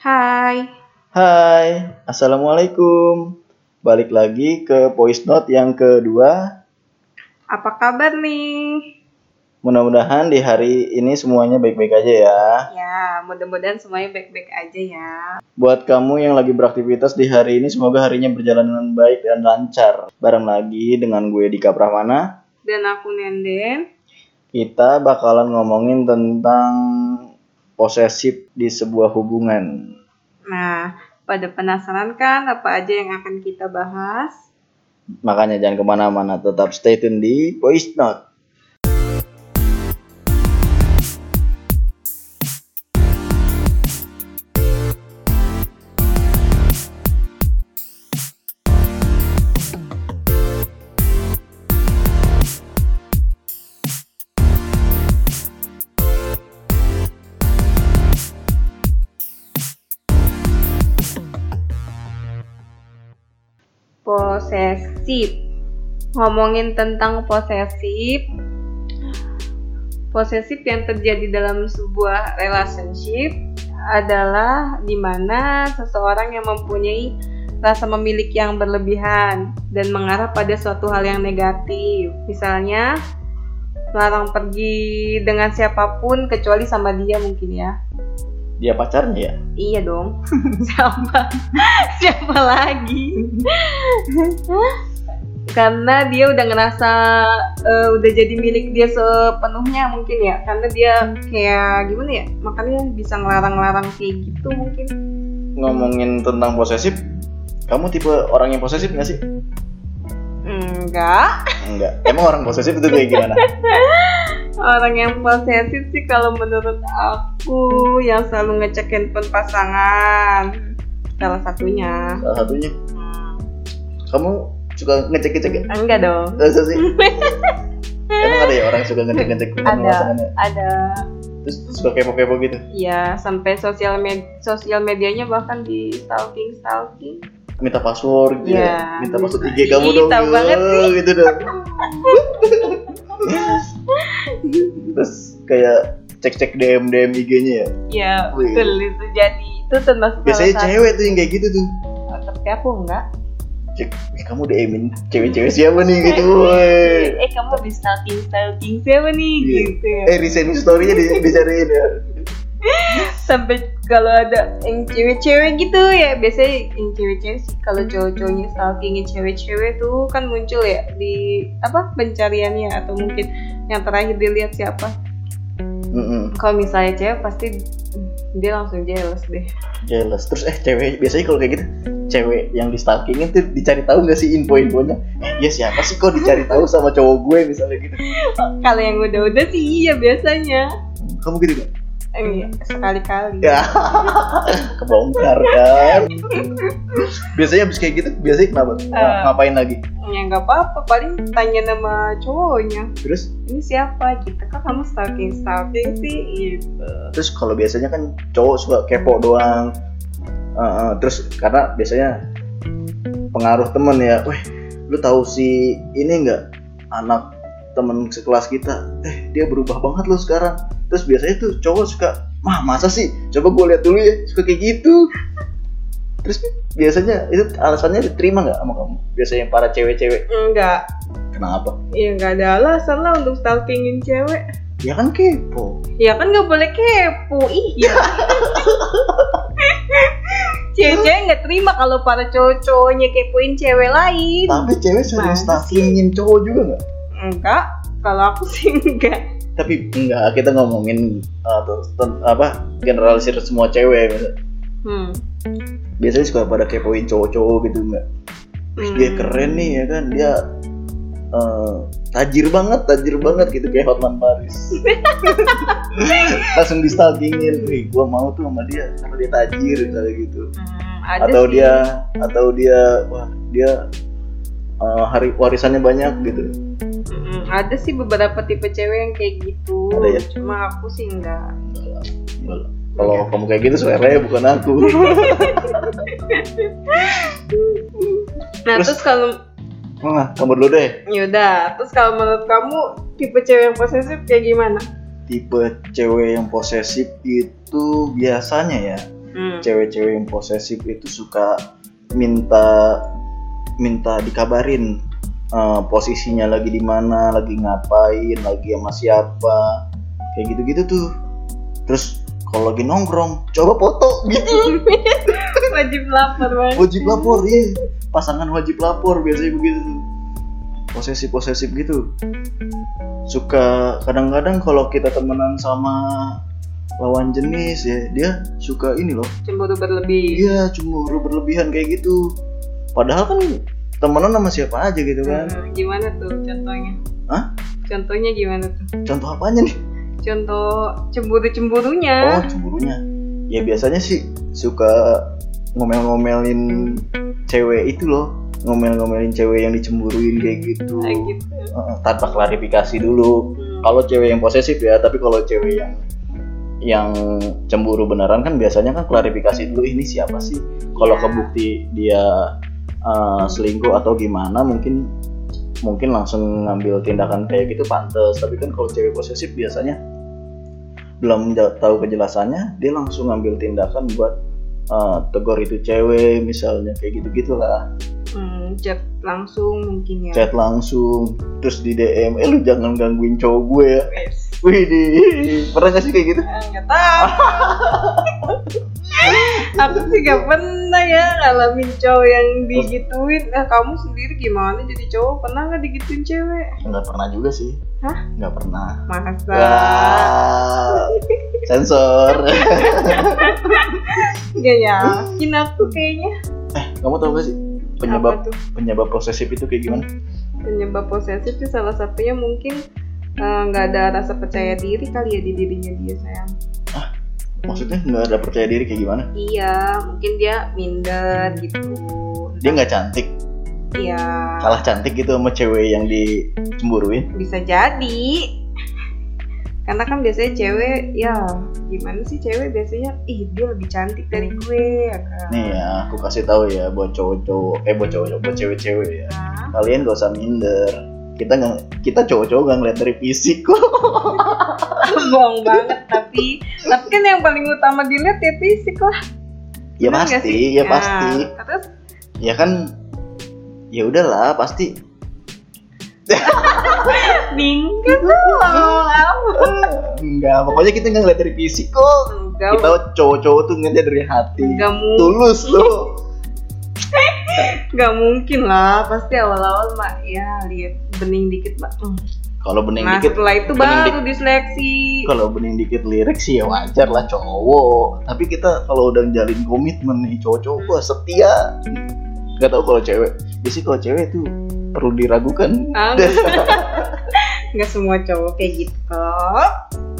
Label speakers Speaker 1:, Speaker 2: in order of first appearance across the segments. Speaker 1: Hai,
Speaker 2: Hai, Assalamualaikum. Balik lagi ke voice note yang kedua.
Speaker 1: apa kabar nih?
Speaker 2: Mudah-mudahan di hari ini semuanya baik-baik aja ya.
Speaker 1: Ya, mudah-mudahan semuanya baik-baik aja ya.
Speaker 2: Buat kamu yang lagi beraktivitas di hari ini, semoga harinya berjalan dengan baik dan lancar. Bareng lagi dengan gue Dika Pramana,
Speaker 1: Dan aku Nenden.
Speaker 2: kita bakalan ngomongin tentang posesif di sebuah hubungan.
Speaker 1: Nah, pada penasaran kan apa aja yang akan kita bahas?
Speaker 2: Makanya jangan kemana-mana, tetap stay tune di voice note.
Speaker 1: Posesif. Ngomongin tentang posesif. Posesif yang terjadi dalam sebuah relationship adalah dimana seseorang yang mempunyai rasa memiliki yang berlebihan dan mengarah pada suatu hal yang negatif. Misalnya, melarang pergi dengan siapapun kecuali sama dia mungkin ya.
Speaker 2: Dia pacarnya ya?
Speaker 1: Iya dong. Siapa? Siapa lagi? Karena dia udah ngerasa eh, udah jadi milik dia sepenuhnya mungkin ya. Karena dia kayak gimana ya? Makanya bisa ngelarang-larang kayak gitu mungkin.
Speaker 2: Ngomongin tentang posesif, kamu tipe orang yang posesif gak sih?
Speaker 1: Enggak.
Speaker 2: Enggak. Emang orang posesif itu kayak gimana?
Speaker 1: Orang yang posesif sih kalau menurut aku yang selalu ngecek handphone pasangan. Salah satunya. Hmm.
Speaker 2: Salah satunya kamu suka ngecek-ngecek ya?
Speaker 1: Enggak dong.
Speaker 2: Masa sih? Emang ada ya orang yang suka ngecek-ngecek teman
Speaker 1: Ada.
Speaker 2: pasangannya?
Speaker 1: Ada
Speaker 2: Terus suka kepo-kepo gitu.
Speaker 1: Iya, sampai sosial med sosial medianya bahkan di stalking stalking.
Speaker 2: Minta password gitu.
Speaker 1: Iya.
Speaker 2: ya? Minta password IG kamu
Speaker 1: Ih,
Speaker 2: dong.
Speaker 1: tahu
Speaker 2: gitu.
Speaker 1: banget sih.
Speaker 2: Gitu dong. Terus kayak cek-cek DM DM IG-nya ya.
Speaker 1: Iya,
Speaker 2: Wih.
Speaker 1: betul itu jadi itu termasuk
Speaker 2: Biasanya
Speaker 1: salah
Speaker 2: cewek tuh yang kayak gitu tuh.
Speaker 1: satu. Tapi aku enggak.
Speaker 2: Cek, eh, kamu DM-in cewek-cewek siapa nih gitu. Woy.
Speaker 1: Eh kamu habis stalking stalking siapa nih
Speaker 2: Iya.
Speaker 1: gitu.
Speaker 2: Eh recent story-nya di- dicariin ya.
Speaker 1: Sampai kalau ada yang cewek-cewek gitu ya biasanya yang cewek-cewek sih kalau cowok-cowoknya stalkingin cewek-cewek tuh kan muncul ya di apa pencariannya atau mungkin yang terakhir dilihat siapa.
Speaker 2: Mm-mm.
Speaker 1: Kalau misalnya cewek pasti dia langsung jealous deh.
Speaker 2: jealous terus eh cewek biasanya kalau kayak gitu cewek yang di stalkingin tuh dicari tahu nggak sih info-infonya ya siapa sih kok dicari tahu sama cowok gue misalnya gitu
Speaker 1: Kalau yang udah-udah sih iya biasanya.
Speaker 2: kamu gitu gak?
Speaker 1: Eh, sekali-kali.
Speaker 2: ya kebongkar kan biasanya abis kayak gitu biasanya kenapa Nah, ngapain lagi
Speaker 1: Ya nggak apa-apa, paling tanya nama cowoknya.
Speaker 2: terus
Speaker 1: Ini siapa gitu? Kok kamu stalking stalking sih? Gitu.
Speaker 2: terus kalau biasanya kan cowok suka kepo doang Eh, eh, terus karena biasanya pengaruh temen ya weh lu tahu si ini nggak anak temen sekelas kita eh dia berubah banget lu sekarang terus biasanya tuh cowok suka mah masa sih coba gue lihat dulu ya suka kayak gitu terus biasanya itu alasannya diterima nggak sama kamu biasanya yang para cewek-cewek
Speaker 1: Enggak.
Speaker 2: kenapa
Speaker 1: Ya nggak ada alasan lah untuk stalkingin cewek.
Speaker 2: ya kan kepo
Speaker 1: Ya kan nggak boleh kepo. Iya. Cewek-cewek nggak terima kalau para cowok-cowoknya kepoin cewek lain.
Speaker 2: tapi cewek sering
Speaker 1: Masa
Speaker 2: stalkingin cowok juga nggak
Speaker 1: Enggak. Kalau aku sih enggak.
Speaker 2: tapi enggak kita ngomongin uh, ten- ten- apa generalisir semua cewek
Speaker 1: Hmm.
Speaker 2: biasanya suka pada kepoin cowok-cowok gitu enggak Wih, dia
Speaker 1: Hmm.
Speaker 2: keren nih ya kan dia uh, tajir banget tajir banget gitu kayak Hotman Paris langsung di stalkingin nih gua mau tuh sama dia karena dia tajir misalnya gitu
Speaker 1: Hmm, ada
Speaker 2: atau
Speaker 1: sih.
Speaker 2: dia atau dia wah dia uh, hari warisannya banyak gitu
Speaker 1: Mm, ada sih beberapa tipe cewek yang kayak gitu.
Speaker 2: Ada ya?
Speaker 1: Cuma aku sih enggak.
Speaker 2: Enggak lah, enggak lah. kalau kamu kayak gitu selera bukan aku
Speaker 1: Nah, terus,
Speaker 2: Terus-
Speaker 1: kalau
Speaker 2: Nah, kamu dulu deh.
Speaker 1: yaudah, terus kalau menurut kamu tipe cewek yang posesif kayak gimana?
Speaker 2: Tipe cewek yang posesif itu biasanya ya
Speaker 1: Hmm.
Speaker 2: cewek-cewek yang posesif itu suka minta minta dikabarin eh, posisinya lagi di mana, lagi ngapain, lagi sama siapa, kayak gitu-gitu tuh. Terus kalau lagi nongkrong, coba foto gitu.
Speaker 1: wajib lapor banget
Speaker 2: Wajib lapor, iya. Pasangan wajib lapor biasanya begitu tuh. Posesif-posesif gitu. Suka kadang-kadang kalau kita temenan sama lawan jenis ya, dia suka ini loh,
Speaker 1: cemburu berlebih
Speaker 2: Iya, cemburu berlebihan kayak gitu. Padahal kan temenan sama siapa aja gitu kan.
Speaker 1: Hmm, gimana tuh contohnya
Speaker 2: Hah?
Speaker 1: contohnya gimana tuh
Speaker 2: Contoh apanya nih?
Speaker 1: contoh cemburu cemburunya
Speaker 2: Oh, cemburunya. Ya biasanya sih suka ngomel-ngomelin cewek itu loh. Ngomel-ngomelin cewek yang dicemburuin kayak gitu.
Speaker 1: Kayak gitu
Speaker 2: Eh, Tanpa klarifikasi dulu.
Speaker 1: Hmm.
Speaker 2: Kalau cewek yang posesif ya, tapi kalau cewek yang yang cemburu beneran kan biasanya kan klarifikasi dulu ini siapa sih? Kalau
Speaker 1: Iya.
Speaker 2: kebukti dia eh, selingkuh atau gimana mungkin mungkin langsung ngambil tindakan kayak gitu pantas. Tapi kan kalau cewek posesif biasanya belum ja- tahu kejelasannya dia langsung ngambil tindakan buat eh, tegur itu cewek misalnya kayak gitu gitulah
Speaker 1: Hmm, chat langsung mungkin ya
Speaker 2: chat langsung terus di DM eh lu jangan gangguin cowok gue ya
Speaker 1: Wes.
Speaker 2: Wih, pernah gak sih kayak gitu?
Speaker 1: Ah, nggak tahu aku sih gak pernah ya ngalamin cowok yang digituin nah kamu sendiri gimana jadi cowok pernah nggak digituin cewek
Speaker 2: Enggak pernah juga sih.
Speaker 1: Hah?
Speaker 2: Enggak pernah.
Speaker 1: masa
Speaker 2: Wah, sensor.
Speaker 1: nggak yakin aku kayaknya
Speaker 2: Kamu tau gak sih
Speaker 1: Apa
Speaker 2: penyebab
Speaker 1: tuh?
Speaker 2: penyebab posesif itu kayak gimana?
Speaker 1: penyebab posesif sih salah satunya mungkin eh, nggak ada rasa percaya diri kali ya di dirinya dia sayang
Speaker 2: Maksudnya nggak ada percaya diri kayak gimana?
Speaker 1: iya mungkin dia minder gitu
Speaker 2: Dia nggak cantik,
Speaker 1: iya
Speaker 2: kalah cantik gitu sama cewek yang dicemburuin.
Speaker 1: bisa jadi karena kan biasanya cewek ya gimana sih cewek biasanya ih dia lebih cantik dari gue ya kan
Speaker 2: Nih ya, aku kasih tahu ya buat cowok-cowok, eh buat cowok-cowok, buat cewek-cewek ya.
Speaker 1: Nah,
Speaker 2: Kalian gak usah minder. Kita nggak, kita cowok-cowok nggak ngeliat dari fisik kok.
Speaker 1: bohong banget tapi tapi kan yang paling utama dilihat ya fisik lah
Speaker 2: Ya
Speaker 1: Bener nggak sih?
Speaker 2: pasti, ya
Speaker 1: Nah,
Speaker 2: pasti.
Speaker 1: terus
Speaker 2: ya kan ya udahlah pasti
Speaker 1: minggat tuh ngomong apa
Speaker 2: Eh, enggak pokoknya kita nggak ngeliat dari fisik kok
Speaker 1: enggak
Speaker 2: kita cowok-cowok tuh ngeliatnya dari hati
Speaker 1: enggak mungkin
Speaker 2: tulus loh
Speaker 1: Gak mungkin lah, pasti awal-awal mak ya lihat bening dikit mak. Hmm.
Speaker 2: kalau bening
Speaker 1: Nah
Speaker 2: dikit
Speaker 1: setelah itu
Speaker 2: bening
Speaker 1: baru diseleksi.
Speaker 2: kalau bening dikit lirik sih ya wajar lah cowok tapi kita kalau udah jalin komitmen nih cowok-cowok gua setia nggak tahu kalau cewek biasanya kalau cewek tuh perlu diragukan
Speaker 1: Ah, Nggak semua cowok kayak gitu kok.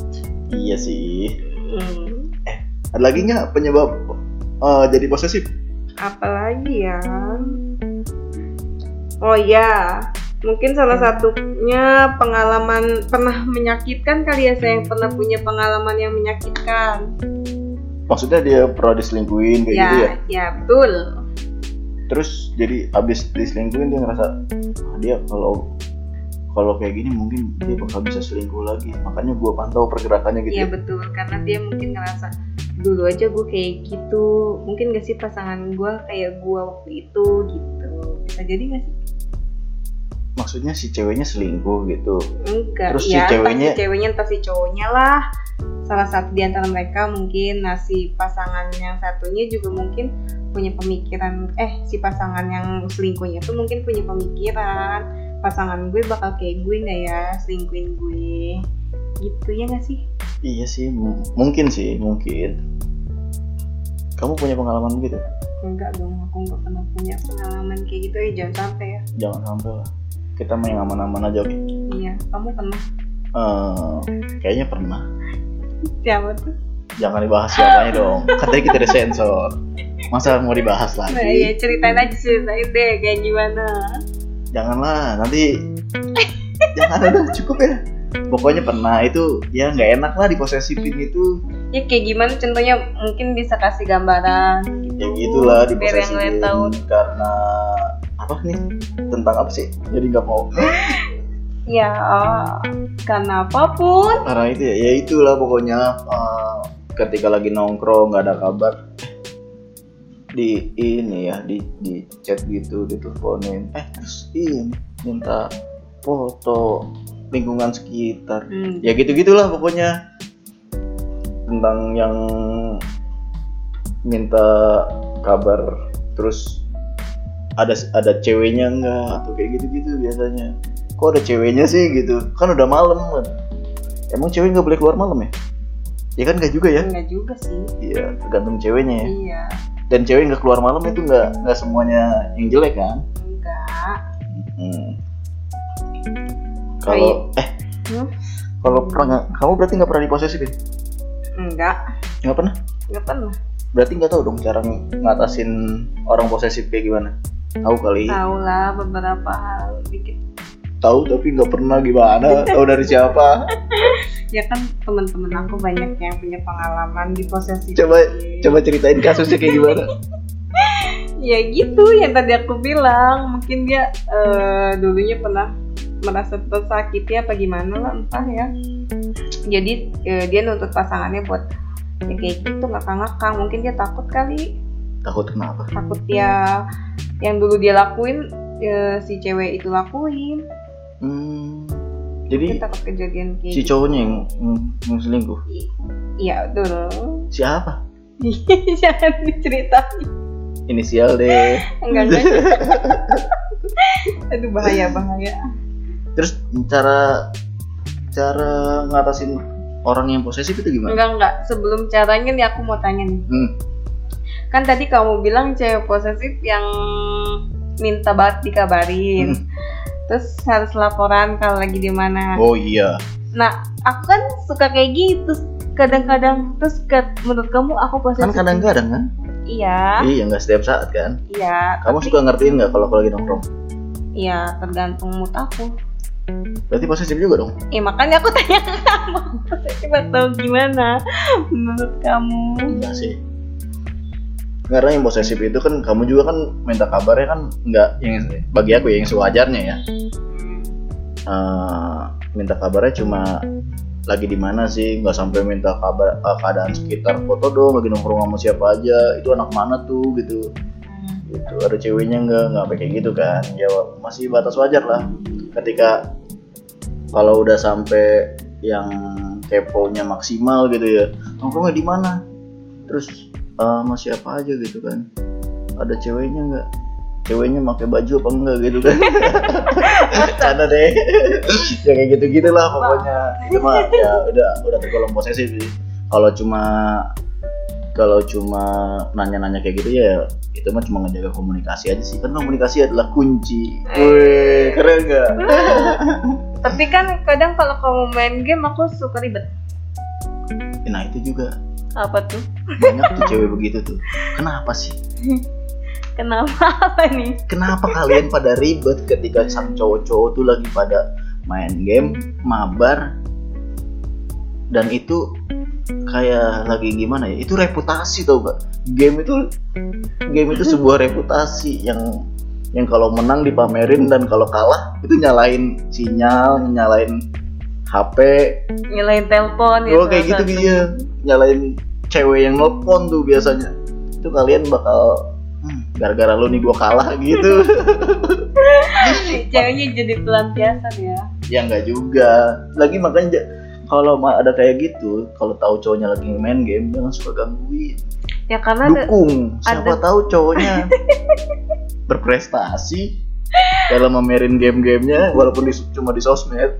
Speaker 2: iya sih
Speaker 1: Hmm.
Speaker 2: ada lagi nggak penyebab eh, jadi posesif
Speaker 1: Apalagi ya? Oh ya, mungkin salah satunya pengalaman pernah menyakitkan kali ya saya yang
Speaker 2: Hmm.
Speaker 1: pernah punya pengalaman yang menyakitkan.
Speaker 2: maksudnya dia pernah diselingkuhin kayak gitu ya
Speaker 1: Ya, ya betul.
Speaker 2: terus jadi abis diselingkuhin dia ngerasa "Ah, dia kalau kalau kayak gini mungkin dia bakal bisa selingkuh lagi makanya gua pantau pergerakannya
Speaker 1: Iya
Speaker 2: gitu ya.
Speaker 1: betul, karena dia mungkin ngerasa dulu aja gue kayak gitu, mungkin gak sih pasangan gue kayak gue waktu itu gitu. Bisa jadi gak sih?
Speaker 2: maksudnya si ceweknya selingkuh gitu
Speaker 1: Enggak.
Speaker 2: Terus si
Speaker 1: ya,
Speaker 2: ceweknya-
Speaker 1: entah si ceweknya entah si cowoknya lah. Salah satu di antara mereka mungkin nah si pasangan yang satunya juga mungkin punya pemikiran eh si pasangan yang selingkuhnya tuh mungkin punya pemikiran pasangan gue bakal kayak gue nggak ya selingkuhin gue gitu ya gak sih?
Speaker 2: iya sih m- mungkin sih mungkin kamu punya pengalaman gitu? begitu
Speaker 1: enggak dong aku nggak pernah punya pengalaman kayak gitu ya jangan sampai ya
Speaker 2: jangan sampai lah kita main aman-aman aja oke
Speaker 1: iya kamu pernah
Speaker 2: Eh, kayaknya pernah
Speaker 1: siapa tuh
Speaker 2: jangan dibahas siapanya dong katanya kita disensor masa mau dibahas lagi
Speaker 1: nah, ya ceritain aja ceritain deh kayak gimana
Speaker 2: janganlah nanti jangan udah cukup ya pokoknya pernah itu ya nggak enak lah diposesifin itu
Speaker 1: ya kayak gimana contohnya mungkin bisa kasih gambaran gitu
Speaker 2: ya gitulah
Speaker 1: biar yang lain
Speaker 2: diposesifin
Speaker 1: tahu
Speaker 2: karena apa nih tentang apa sih jadi nggak mau
Speaker 1: ya oh, karena apapun
Speaker 2: karena itu ya ya itulah pokoknya eh, ketika lagi nongkrong nggak ada kabar di ini ya di di chat gitu diteleponin eh terus ini minta foto lingkungan sekitar
Speaker 1: Hmm.
Speaker 2: ya gitu gitulah pokoknya tentang yang minta kabar terus ada ada ceweknya enggak atau kayak gitu gitu biasanya kok ada ceweknya sih gitu kan udah malam kan emang cewek nggak boleh keluar malam ya ya kan nggak juga ya
Speaker 1: Enggak juga sih.
Speaker 2: iya tergantung ceweknya ya
Speaker 1: Iya.
Speaker 2: dan cewek nggak keluar malam itu nggak nggak semuanya yang jelek kan
Speaker 1: Enggak.
Speaker 2: Hmm. kalau eh
Speaker 1: Hmm?
Speaker 2: kalau pernah nggak- kamu berarti nggak pernah diposesif ya
Speaker 1: Enggak.
Speaker 2: nggak pernah
Speaker 1: Enggak pernah.
Speaker 2: berarti nggak tahu dong cara ng- ngatasin orang posesif kayak gimana tahu kali
Speaker 1: Tahu lah beberapa hal dikit.
Speaker 2: tahu tapi nggak pernah gimana tahu dari siapa
Speaker 1: Ya kan teman-teman aku banyak yang punya pengalaman di posisi.
Speaker 2: Iya. coba coba ceritain kasusnya kayak gimana
Speaker 1: Ya gitu yang tadi aku bilang. Mungkin dia eh, dulunya pernah merasa tersakiti apa gimana lah entah ya. Jadi eh, dia nuntut pasangannya buat ya kayak gitu ngakang-ngakang. Mungkin dia takut kali.
Speaker 2: takut kenapa
Speaker 1: takut ya yang dulu dia lakuin eh, si cewek itu lakuin
Speaker 2: hmm,
Speaker 1: dia
Speaker 2: jadi
Speaker 1: takut kejadian kayak
Speaker 2: si
Speaker 1: gitu
Speaker 2: cowoknya yang, yang- yang selingkuh
Speaker 1: iya dulu
Speaker 2: siapa
Speaker 1: jangan diceritain
Speaker 2: inisial deh
Speaker 1: enggak enggak aduh bahaya bahaya
Speaker 2: terus cara cara ngatasin orang yang posesif itu gimana
Speaker 1: enggak enggak sebelum caranya nih aku mau tanya nih
Speaker 2: hmm.
Speaker 1: kan tadi kamu bilang cewek posesif yang minta banget dikabarin
Speaker 2: Hmm.
Speaker 1: terus harus laporan kalau lagi di mana
Speaker 2: oh iya
Speaker 1: Nah, aku kan suka kayak gitu kadang-kadang terus ke- menurut kamu aku
Speaker 2: kan
Speaker 1: posesif
Speaker 2: kadang-kadang kan
Speaker 1: iya
Speaker 2: iya nggak setiap saat kan
Speaker 1: iya
Speaker 2: kamu suka ngertiin nggak kalau aku lagi nongkrong
Speaker 1: iya tergantung mood aku
Speaker 2: berarti posesif juga dong
Speaker 1: eh makanya aku tanya ke kamu posesif atau gimana menurut kamu
Speaker 2: Enggak sih. Karena yang posesif itu kan kamu juga kan minta kabarnya kan nggak yang bagi aku ya, yang sewajarnya ya. Eh, minta kabarnya cuma lagi di mana sih nggak sampai minta kabar eh, keadaan sekitar foto dong lagi nongkrong sama siapa aja itu anak mana tuh gitu gitu ada ceweknya nggak nggak sampai kayak gitu kan ya masih batas wajar lah ketika kalau udah sampai yang keponya maksimal gitu ya nongkrongnya di mana terus eh sama siapa aja gitu kan ada ceweknya nggak ceweknya pakai baju apa enggak gitu kan Bercanda deh ya kayak gitu gitulah pokoknya itu mah ya udah udah tergolong posesif sih kalau cuma kalau cuma nanya-nanya kayak gitu ya itu mah cuma ngejaga komunikasi aja sih kan komunikasi adalah kunci Wih, keren nggak
Speaker 1: tapi kan kadang kalau kamu main game aku suka ribet
Speaker 2: nah itu juga
Speaker 1: apa tuh
Speaker 2: banyak tuh cewek begitu tuh kenapa sih
Speaker 1: kenapa apa nih
Speaker 2: kenapa kalian pada ribet ketika sang cowok-cowok tuh lagi pada main game, mabar, dan itu kayak lagi gimana ya? Itu reputasi tau gak? Game itu game itu sebuah reputasi yang yang kalau menang dipamerin dan kalau kalah itu nyalain sinyal, nyalain HP,
Speaker 1: nyalain telepon ya,
Speaker 2: Gue kayak gitu dia nyalain cewek yang nelpon tuh biasanya. Itu kalian bakal "Hmm, gara-gara lu nih gua kalah gitu.
Speaker 1: ceweknya jadi pelampiasan ya
Speaker 2: ya nggak juga lagi makanya ja- kalau ma- ada kayak gitu kalau tahu cowoknya lagi main game jangan suka gangguin
Speaker 1: ya karena ada-
Speaker 2: dukung siapa
Speaker 1: ada-
Speaker 2: tahu cowoknya berprestasi dalam mamerin game-gamenya walaupun di, cuma di sosmed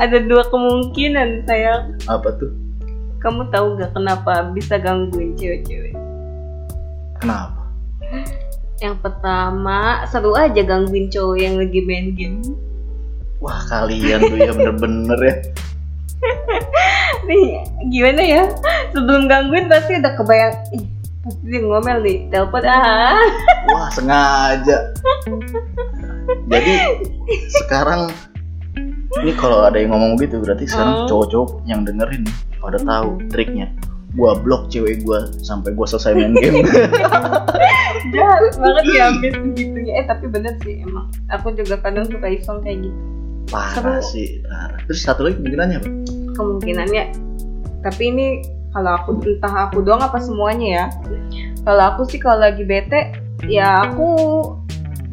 Speaker 1: ada dua kemungkinan sayang
Speaker 2: apa tuh
Speaker 1: Kamu tahu gak kenapa bisa gangguin cewek-cewek?
Speaker 2: kenapa
Speaker 1: Yang pertama, seru aja gangguin cowok yang lagi main game.
Speaker 2: wah kalian tuh ya bener-bener ya
Speaker 1: Nih, gimana ya? Sebelum gangguin pasti udah kebayang, ih, pasti dia ngomel nih, telepon ah.
Speaker 2: wah sengaja jadi sekarang ini kalau ada yang ngomong gitu berarti sekarang
Speaker 1: Oh.
Speaker 2: cowok-cowok yang dengerin pada tahu triknya gua blok cewek gua sampai gua selesai main game
Speaker 1: Jahat banget ya ambil segitunya. Eh, tapi bener sih emang. Aku juga kadang suka iseng kayak gitu.
Speaker 2: parah
Speaker 1: Seru.
Speaker 2: sih parah. terus satu lagi kemungkinannya apa
Speaker 1: Kemungkinannya, tapi ini kalau aku entah aku doang apa semuanya ya kalau aku sih kalau lagi bete ya aku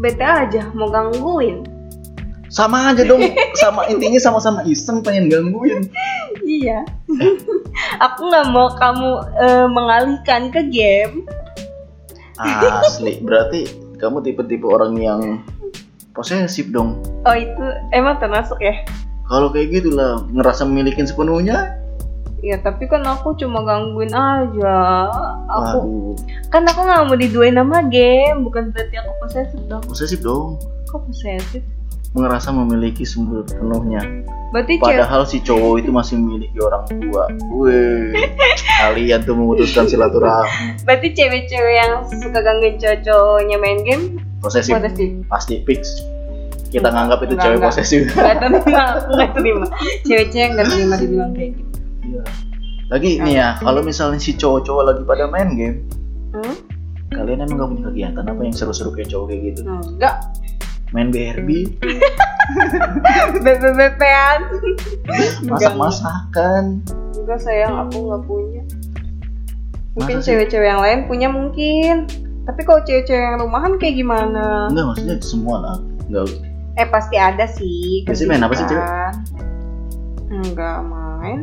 Speaker 1: bete aja mau gangguin
Speaker 2: sama aja dong sama intinya sama-sama iseng pengen gangguin
Speaker 1: iya aku nggak mau kamu eh, mengalihkan ke game
Speaker 2: asli berarti kamu tipe-tipe orang yang posesif dong
Speaker 1: oh itu emang termasuk ya
Speaker 2: kalau kayak gitu lah ngerasa memilikin sepenuhnya
Speaker 1: ya tapi kan aku cuma gangguin aja aku
Speaker 2: waduh
Speaker 1: kan aku nggak mau diduain sama game bukan berarti aku posesif dong
Speaker 2: posesif dong
Speaker 1: kok posesif
Speaker 2: ngerasa memiliki sepenuhnya
Speaker 1: berarti cewek
Speaker 2: Padahal si cowok itu masih memiliki orang tua. Wih, kalian tuh memutuskan silaturahmi.
Speaker 1: berarti cewek-cewek yang suka gangguin cowok-cowoknya main game
Speaker 2: Posesif,
Speaker 1: posesif Hmm.
Speaker 2: pasti fix. Kita nganggap itu
Speaker 1: Enggak,
Speaker 2: cewek
Speaker 1: enggak.
Speaker 2: posesif.
Speaker 1: nggak terima aku nggak terima cewek-cewek nggak terima dibilang kayak gitu
Speaker 2: Iya. Lagi nih ya, kalau misalnya si cowok-cowok lagi pada main game,
Speaker 1: hmm?
Speaker 2: kalian emang gak punya kegiatan apa yang seru-seru kayak cowok kayak gitu?
Speaker 1: enggak
Speaker 2: Main BRB,
Speaker 1: BBBPan
Speaker 2: masak-masakan.
Speaker 1: enggak sayang aku nggak punya mungkin
Speaker 2: Masa sih?
Speaker 1: cewek-cewek yang lain punya mungkin tapi kalau cewek-cewek yang rumahan kayak gimana
Speaker 2: Enggak, maksudnya semua lah. Enggak,
Speaker 1: eh pasti ada sih
Speaker 2: Pasti main apa sih, cewek?
Speaker 1: kesibukan. enggak main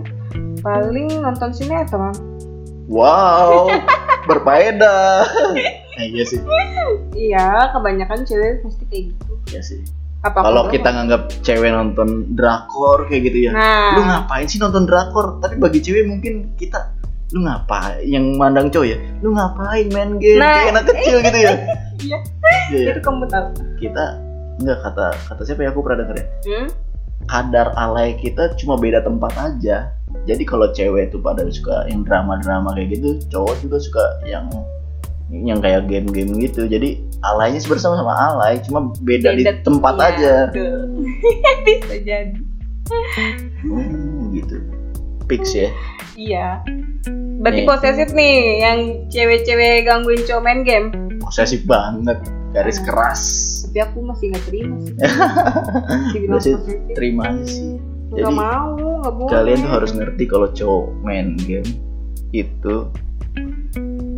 Speaker 1: paling nonton sinetron
Speaker 2: wow, berfaedah. Eh, iya sih,
Speaker 1: iya kebanyakan cewek pasti kayak gitu
Speaker 2: iya sih.
Speaker 1: apa
Speaker 2: Kalau kita nganggap cewek nonton drakor kayak gitu ya,
Speaker 1: nah
Speaker 2: lu ngapain sih nonton drakor tapi bagi cewek mungkin kita lu ngapain yang mandang cowok ya lu ngapain main game
Speaker 1: Nah.
Speaker 2: kayak anak kecil gitu ya
Speaker 1: Iya.
Speaker 2: Iya, iya.
Speaker 1: itu kamu tahu
Speaker 2: kita nggak kata kata siapa ya aku pernah denger ya
Speaker 1: hmm?
Speaker 2: kadar alay kita cuma beda tempat aja jadi kalau cewek tuh pada suka yang drama-drama kayak gitu cowok juga suka yang yang kayak game-game gitu jadi alaynya sebenarnya sama-sama alay cuma beda, di
Speaker 1: Beda-
Speaker 2: tempat
Speaker 1: Iya,
Speaker 2: aja
Speaker 1: betul. bisa jadi
Speaker 2: Hmm, gitu fix ya
Speaker 1: iya berarti
Speaker 2: Nih.
Speaker 1: posesif nih yang cewek-cewek gangguin cowok main game
Speaker 2: posesif banget garis keras
Speaker 1: tapi aku masih nggak terima sih dibilang
Speaker 2: Biasanya
Speaker 1: posesif
Speaker 2: terima aja sih
Speaker 1: gitu. nggak
Speaker 2: jadi,
Speaker 1: mau nggak boleh
Speaker 2: kalian tuh harus ngerti kalau cowok main game itu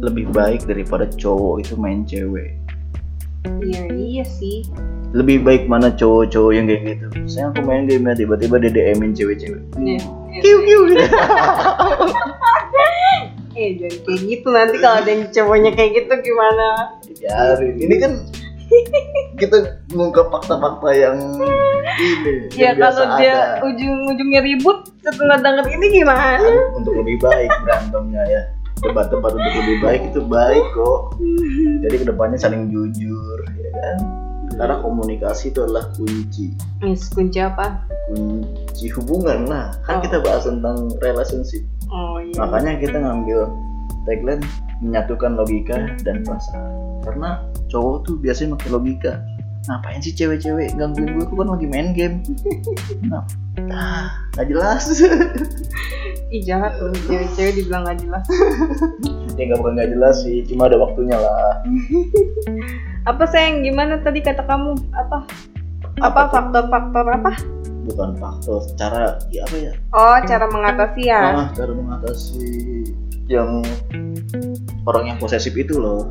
Speaker 2: lebih baik daripada cowok itu main cewek
Speaker 1: iya iya sih
Speaker 2: lebih baik mana cowok-cowok yang kayak gitu saya aku main game ya tiba-tiba dia DM-in cewek-cewek
Speaker 1: nih
Speaker 2: Iya. kiu kiu gitu.
Speaker 1: Eh jangan kayak gitu nanti kalau ada yang cowoknya kayak gitu gimana?
Speaker 2: Biarin. ini kan kita ngungkap fakta-fakta yang ini
Speaker 1: Ya
Speaker 2: yang biasa
Speaker 1: kalau dia
Speaker 2: ada.
Speaker 1: ujung-ujungnya ribut setelah denger ini gimana?
Speaker 2: Kan, untuk lebih baik berantemnya ya debat-debat untuk lebih baik itu baik kok jadi kedepannya saling jujur ya kan
Speaker 1: Hmm.
Speaker 2: karena komunikasi itu adalah kunci
Speaker 1: Miss kunci apa?
Speaker 2: kunci hubungan nah kan
Speaker 1: Oh.
Speaker 2: kita bahas tentang relationship
Speaker 1: Oh iya.
Speaker 2: makanya kita ngambil tagline menyatukan logika dan perasaan karena cowok tuh biasanya pakai logika ngapain sih cewek-cewek gangguin gue aku kan lagi main game nah, ah, nggak jelas
Speaker 1: Ih jahat loh cewek-cewek dibilang gak jelas.
Speaker 2: ya nggak bukan nggak jelas sih cuma ada waktunya lah
Speaker 1: Apa sayang gimana tadi kata kamu? Apa? Apa
Speaker 2: tuh?
Speaker 1: faktor-faktor apa?
Speaker 2: bukan faktor cara ya apa ya
Speaker 1: Oh cara mengatasi ya.
Speaker 2: ah, cara mengatasi yang orang yang posesif itu loh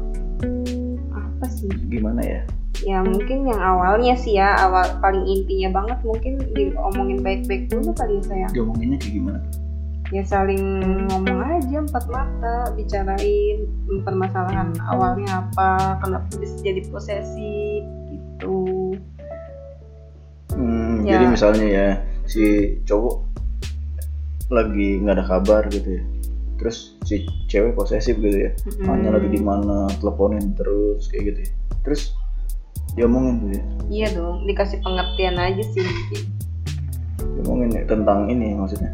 Speaker 1: Apa sih?
Speaker 2: gimana ya
Speaker 1: Ya mungkin yang awalnya sih ya awal paling intinya banget mungkin diomongin baik-baik dulu kali ya sayang.
Speaker 2: diomonginnya kayak gimana
Speaker 1: ya saling ngomong aja empat mata bicarain permasalahan awalnya apa kenapa bisa jadi posesif gitu
Speaker 2: hmm,
Speaker 1: Ya.
Speaker 2: jadi misalnya ya si cowok lagi nggak ada kabar gitu ya terus si cewek posesif gitu ya
Speaker 1: Mm.
Speaker 2: hanya lagi di mana teleponin terus kayak gitu ya terus diomongin gitu ya
Speaker 1: iya dong dikasih pengertian aja sih mungkin
Speaker 2: diomongin ya, tentang ini maksudnya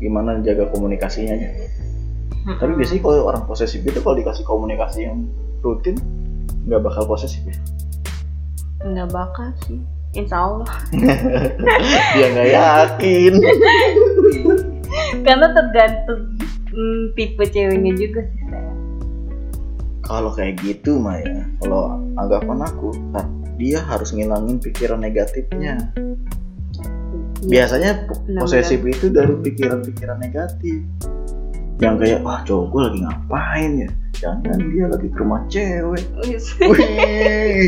Speaker 2: gimana jaga komunikasinya aja Tapi biasanya kalau orang posesif itu kalau dikasih komunikasi yang rutin nggak bakal posesif ya.
Speaker 1: nggak bakal sih Insya Allah
Speaker 2: Dia nggak yakin.
Speaker 1: karena tergantung mm, tipe ceweknya juga sih saya
Speaker 2: kalau kayak gitu mah ya, kalau anggapan aku, nah, dia harus ngilangin pikiran negatifnya. Biasanya po- Iya.
Speaker 1: Benar-benar.
Speaker 2: posesif itu dari pikiran-pikiran negatif. yang kayak wah cowok gue lagi ngapain ya jangan dia lagi ke rumah cewek
Speaker 1: Wis.
Speaker 2: wih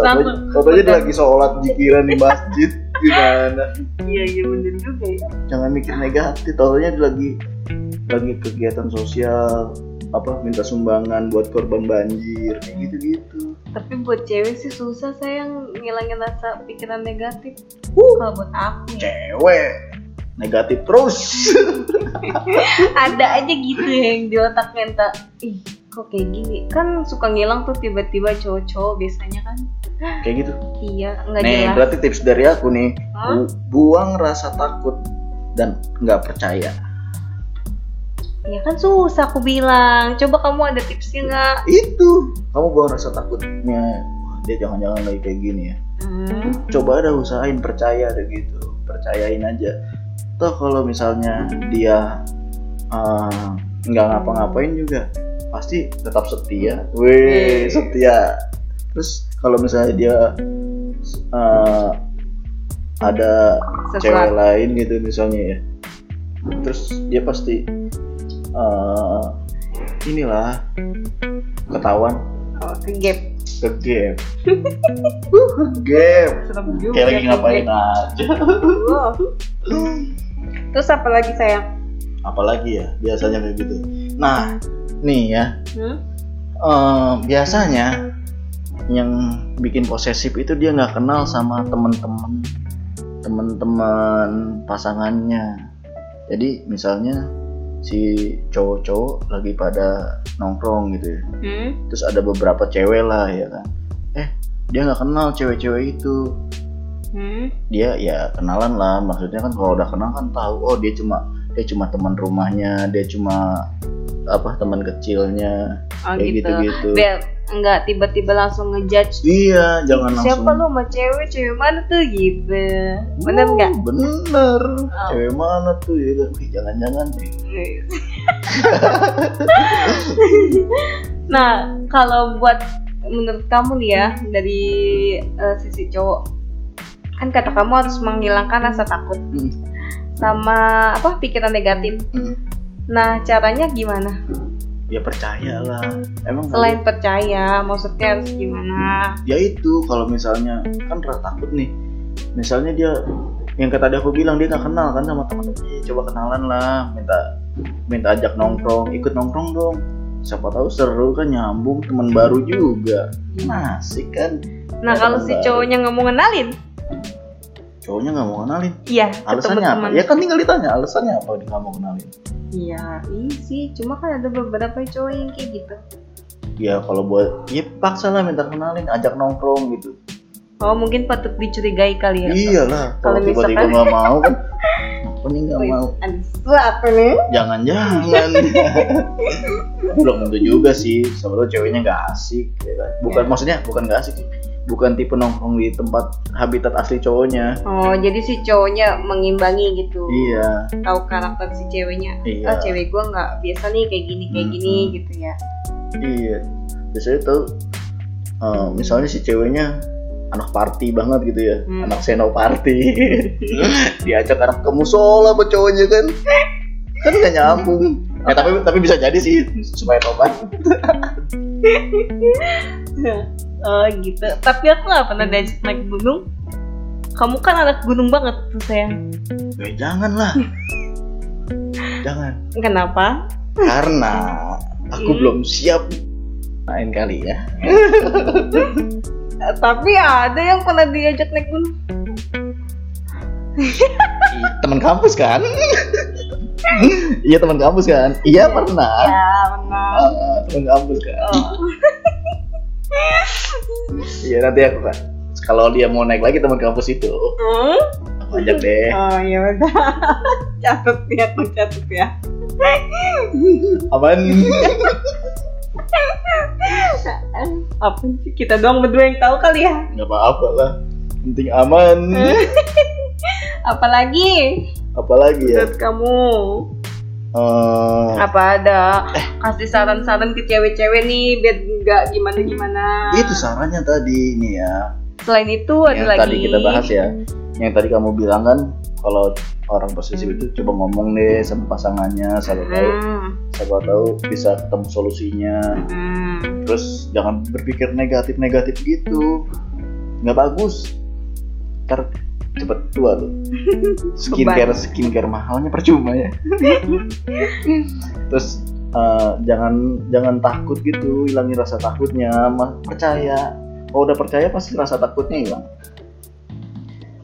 Speaker 1: Langsung.
Speaker 2: Tau aja dia lagi sholat jikiran di masjid gimana
Speaker 1: Iya iya bener juga ya.
Speaker 2: jangan mikir negatif tau aja dia lagi lagi kegiatan sosial apa minta sumbangan buat korban banjir kayak gitu gitu
Speaker 1: Tapi buat cewek sih susah sayang ngilangin rasa pikiran negatif. Kalau buat aku ya.
Speaker 2: cewek negatif terus
Speaker 1: ada aja gitu yang di otak minta ih kok kayak gini kan suka ngilang tuh tiba-tiba cowok-cowok biasanya kan
Speaker 2: kayak gitu
Speaker 1: iya nggak
Speaker 2: nih
Speaker 1: jelas
Speaker 2: berarti tips dari aku nih
Speaker 1: Hah?
Speaker 2: Bu- buang rasa takut dan nggak percaya
Speaker 1: ya kan susah aku bilang coba kamu ada tipsnya nggak
Speaker 2: itu kamu buang rasa takutnya Wah, dia jangan-jangan lagi kayak gini ya
Speaker 1: hmm,
Speaker 2: coba ada usahain percaya deh gitu percayain aja toh kalau misalnya dia eh, nggak ngapa-ngapain juga pasti tetap setia
Speaker 1: Yeay.
Speaker 2: weh setia terus kalau misalnya dia eh, ada cewek
Speaker 1: sesuatu
Speaker 2: lain gitu misalnya ya terus dia pasti eh, inilah ketahuan
Speaker 1: oh, ke gap
Speaker 2: ke game ke game
Speaker 1: serem juga
Speaker 2: kayak lagi
Speaker 1: ke
Speaker 2: ngapain
Speaker 1: gap.
Speaker 2: aja
Speaker 1: Wow. terus apa lagi sayang
Speaker 2: apalagi ya biasanya kayak gitu nah nih ya
Speaker 1: hmm?
Speaker 2: eh, biasanya yang bikin posesif itu dia nggak kenal sama temen-temen temen-temen pasangannya jadi misalnya si cowok-cowok lagi pada nongkrong gitu ya
Speaker 1: Hmm?
Speaker 2: terus ada beberapa cewek lah ya kan eh dia nggak kenal cewek-cewek itu
Speaker 1: Hmm?
Speaker 2: dia ya kenalan lah maksudnya kan kalau udah kenal kan tahu oh dia cuma dia cuma teman rumahnya dia cuma apa teman kecilnya
Speaker 1: Oh,
Speaker 2: kayak
Speaker 1: gitu,
Speaker 2: gitu gitu
Speaker 1: biar nggak tiba-tiba langsung ngejudge
Speaker 2: iya jangan langsung
Speaker 1: siapa lu sama cewek cewek mana tuh gitu bener
Speaker 2: "Wuh,
Speaker 1: nggak Oh.
Speaker 2: bener cewek mana tuh ya kan Wih, jangan-jangan deh
Speaker 1: nah, kalau buat menurut kamu nih ya
Speaker 2: Hmm.
Speaker 1: dari eh, sisi cowok, kan kata kamu harus menghilangkan rasa takut
Speaker 2: Hmm,
Speaker 1: sama apa pikiran negatif.
Speaker 2: hmm.
Speaker 1: Nah, caranya gimana?
Speaker 2: ya percayalah emang
Speaker 1: Selain percaya, maksudnya harus gimana?
Speaker 2: ya itu kalau misalnya kan rata takut nih misalnya dia yang kata tadi aku bilang dia nggak kenal kan sama teman temannya coba kenalan lah minta minta ajak nongkrong ikut nongkrong dong siapa tahu seru kan nyambung teman baru juga nah asik kan
Speaker 1: Nah, kalau si cowoknya nggak mau ngenalin,
Speaker 2: cowoknya nggak mau kenalin
Speaker 1: iya,
Speaker 2: alasannya
Speaker 1: teman
Speaker 2: apa ya kan tinggal ditanya alasannya apa dia nggak mau kenalin
Speaker 1: Iya, iya sih. Cuma kan ada beberapa cowok yang kayak gitu.
Speaker 2: ya kalau buat ya paksa lah minta kenalin ajak nongkrong gitu
Speaker 1: Oh, mungkin patut dicurigai kali ya.
Speaker 2: iyalah
Speaker 1: Kalau
Speaker 2: kalau tiba-tiba
Speaker 1: misalkan- Oh, iya.
Speaker 2: nggak mau kan apa nih nggak
Speaker 1: Wih,
Speaker 2: mau
Speaker 1: ada sesuatu nih.
Speaker 2: jangan-jangan belum tentu juga sih sebetulnya ceweknya nggak asik ya kan? bukan maksudnya bukan nggak asik sih bukan tipe nongkrong di tempat habitat asli cowoknya
Speaker 1: Oh, jadi si cowoknya mengimbangi gitu.
Speaker 2: iya
Speaker 1: Tahu karakter si ceweknya.
Speaker 2: iya Hmm.
Speaker 1: Oh, cewek gua nggak biasa nih kayak gini kayak gini
Speaker 2: Mm-mm.
Speaker 1: gitu ya.
Speaker 2: iya biasanya tuh eh, misalnya si ceweknya anak party banget gitu ya
Speaker 1: Hmm.
Speaker 2: anak seno party diajak anak ke musola sama cowoknya kan kan nggak nyambung Eh, tapi tapi bisa jadi sih supaya tobat
Speaker 1: oh, gitu. Tapi aku nggak pernah diajak naik gunung. Kamu kan anak gunung banget tuh sayang.
Speaker 2: ya jangan lah jangan
Speaker 1: Kenapa?
Speaker 2: karena
Speaker 1: Hmm.
Speaker 2: aku belum siap lain kali ya
Speaker 1: Eh, tapi ada yang pernah diajak naik gunung.
Speaker 2: Iya, teman kampus kan iya teman kampus kan iya pernah
Speaker 1: Ya, benar.
Speaker 2: Ah, teman kampus kan
Speaker 1: Oh.
Speaker 2: iya nanti aku kan kalau dia mau naik lagi teman kampus itu
Speaker 1: Hmm?
Speaker 2: aku ajak deh
Speaker 1: Oh, ya udah. catat ya, aku catat ya. Oh.
Speaker 2: aman
Speaker 1: Apa sih kita doang berdua yang tahu kali ya?
Speaker 2: nggak apa-apa lah penting aman
Speaker 1: Eh. Apalagi
Speaker 2: apalagi ya
Speaker 1: menurut kamu
Speaker 2: Eh,
Speaker 1: apa ada kasih saran-saran ke cewek-cewek nih biar nggak gimana-gimana.
Speaker 2: itu sarannya tadi ini ya
Speaker 1: Selain itu ada
Speaker 2: yang
Speaker 1: lagi.
Speaker 2: tadi kita bahas ya yang tadi kamu bilang kan kalau orang posesif itu coba ngomong deh sama pasangannya selalu tahu
Speaker 1: Hmm,
Speaker 2: siapa tahu bisa ketemu solusinya
Speaker 1: Hmm.
Speaker 2: terus jangan berpikir negatif negatif gitu nggak bagus ntar cepet tua lu skincare skincare mahalnya percuma ya terus eh, jangan jangan takut gitu hilangin rasa takutnya Ma- percaya kalau udah percaya pasti rasa takutnya hilang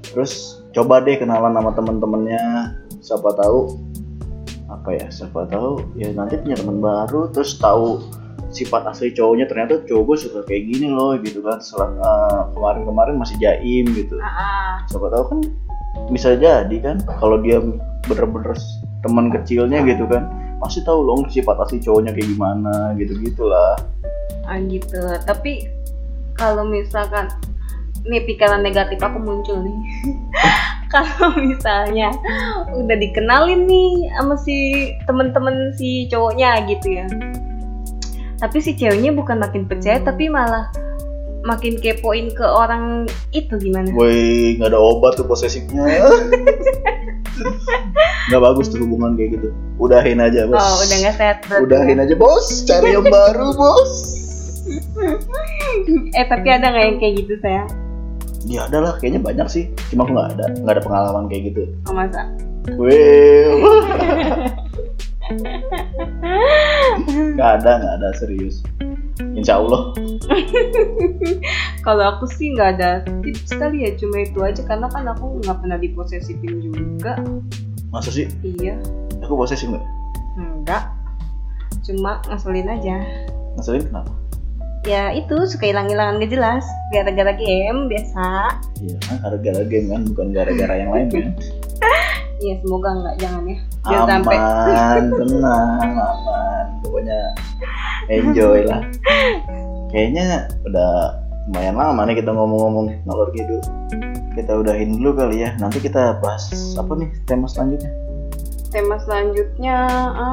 Speaker 2: terus coba deh kenalan sama teman-temannya siapa tahu apa ya siapa tahu ya nanti punya teman baru terus tahu sifat asli cowoknya ternyata cowok gue suka kayak gini loh gitu kan Setelah, eh, kemarin-kemarin masih jaim gitu
Speaker 1: Ah, ah.
Speaker 2: siapa tahu kan bisa jadi kan kalau dia bener-bener s- teman kecilnya gitu kan pasti tahu loh sifat asli cowoknya kayak gimana gitu gitulah
Speaker 1: Ah, gitu. Tapi kalau misalkan nih pikiran negatif aku muncul nih. kalau misalnya udah dikenalin nih sama si temen-temen si cowoknya gitu ya. Tapi si ceweknya bukan makin percaya tapi malah makin kepoin ke orang itu gimana?
Speaker 2: woi nggak ada obat tuh posesifnya
Speaker 1: Iya.
Speaker 2: nggak bagus tuh hubungan kayak gitu udahin aja bos
Speaker 1: Oh, udah nggak sehat berarti. ya?
Speaker 2: udahin aja bos cari yang baru bos
Speaker 1: Eh, tapi ada nggak yang kayak gitu saya?
Speaker 2: ya ada lah kayaknya banyak sih cuma aku nggak ada nggak ada pengalaman kayak gitu
Speaker 1: Oh, masa?
Speaker 2: Wih, nggak ada nggak ada serius insya Allah
Speaker 1: Kalau aku sih nggak ada tips kali ya, cuma itu aja karena kan aku nggak pernah diposesifin juga.
Speaker 2: masa sih
Speaker 1: Iya,
Speaker 2: aku posesif nggak
Speaker 1: enggak. Cuma ngeselin aja.
Speaker 2: ngeselin kenapa
Speaker 1: Ya itu suka hilang-hilangan gak jelas, gara-gara game biasa.
Speaker 2: iya kan gara-gara game kan bukan gara-gara yang lain kan
Speaker 1: Ya semoga nggak jangan ya. Jangan sampai
Speaker 2: aman tenang aman pokoknya enjoy lah kayaknya udah lumayan lama nih kita ngomong-ngomong ngalor gitu kita udahin dulu kali ya nanti kita bahas apa nih tema selanjutnya
Speaker 1: tema selanjutnya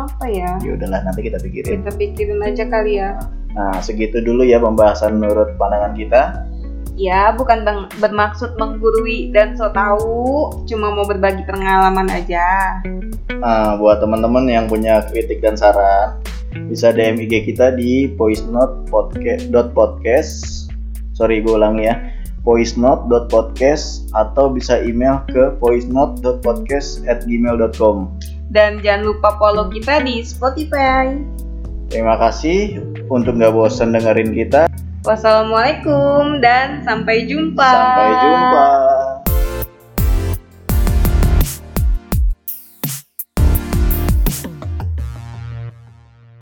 Speaker 1: apa ya?
Speaker 2: ya udahlah nanti kita pikirin
Speaker 1: Kita pikirin aja kali ya.
Speaker 2: Nah, segitu dulu ya pembahasan menurut pandangan kita.
Speaker 1: Ya, bukan bang- bermaksud menggurui dan so tahu, cuma mau berbagi pengalaman aja.
Speaker 2: Nah, buat teman-teman yang punya kritik dan saran, bisa DM IG kita di voicenote.podcast. Sorry, gue ulangi ya. voicenote.podcast atau bisa email ke voicenote.podcast@gmail.com.
Speaker 1: Dan jangan lupa follow kita di Spotify.
Speaker 2: Terima kasih untuk nggak bosan dengerin kita.
Speaker 1: Wassalamualaikum dan sampai jumpa.
Speaker 2: Sampai jumpa.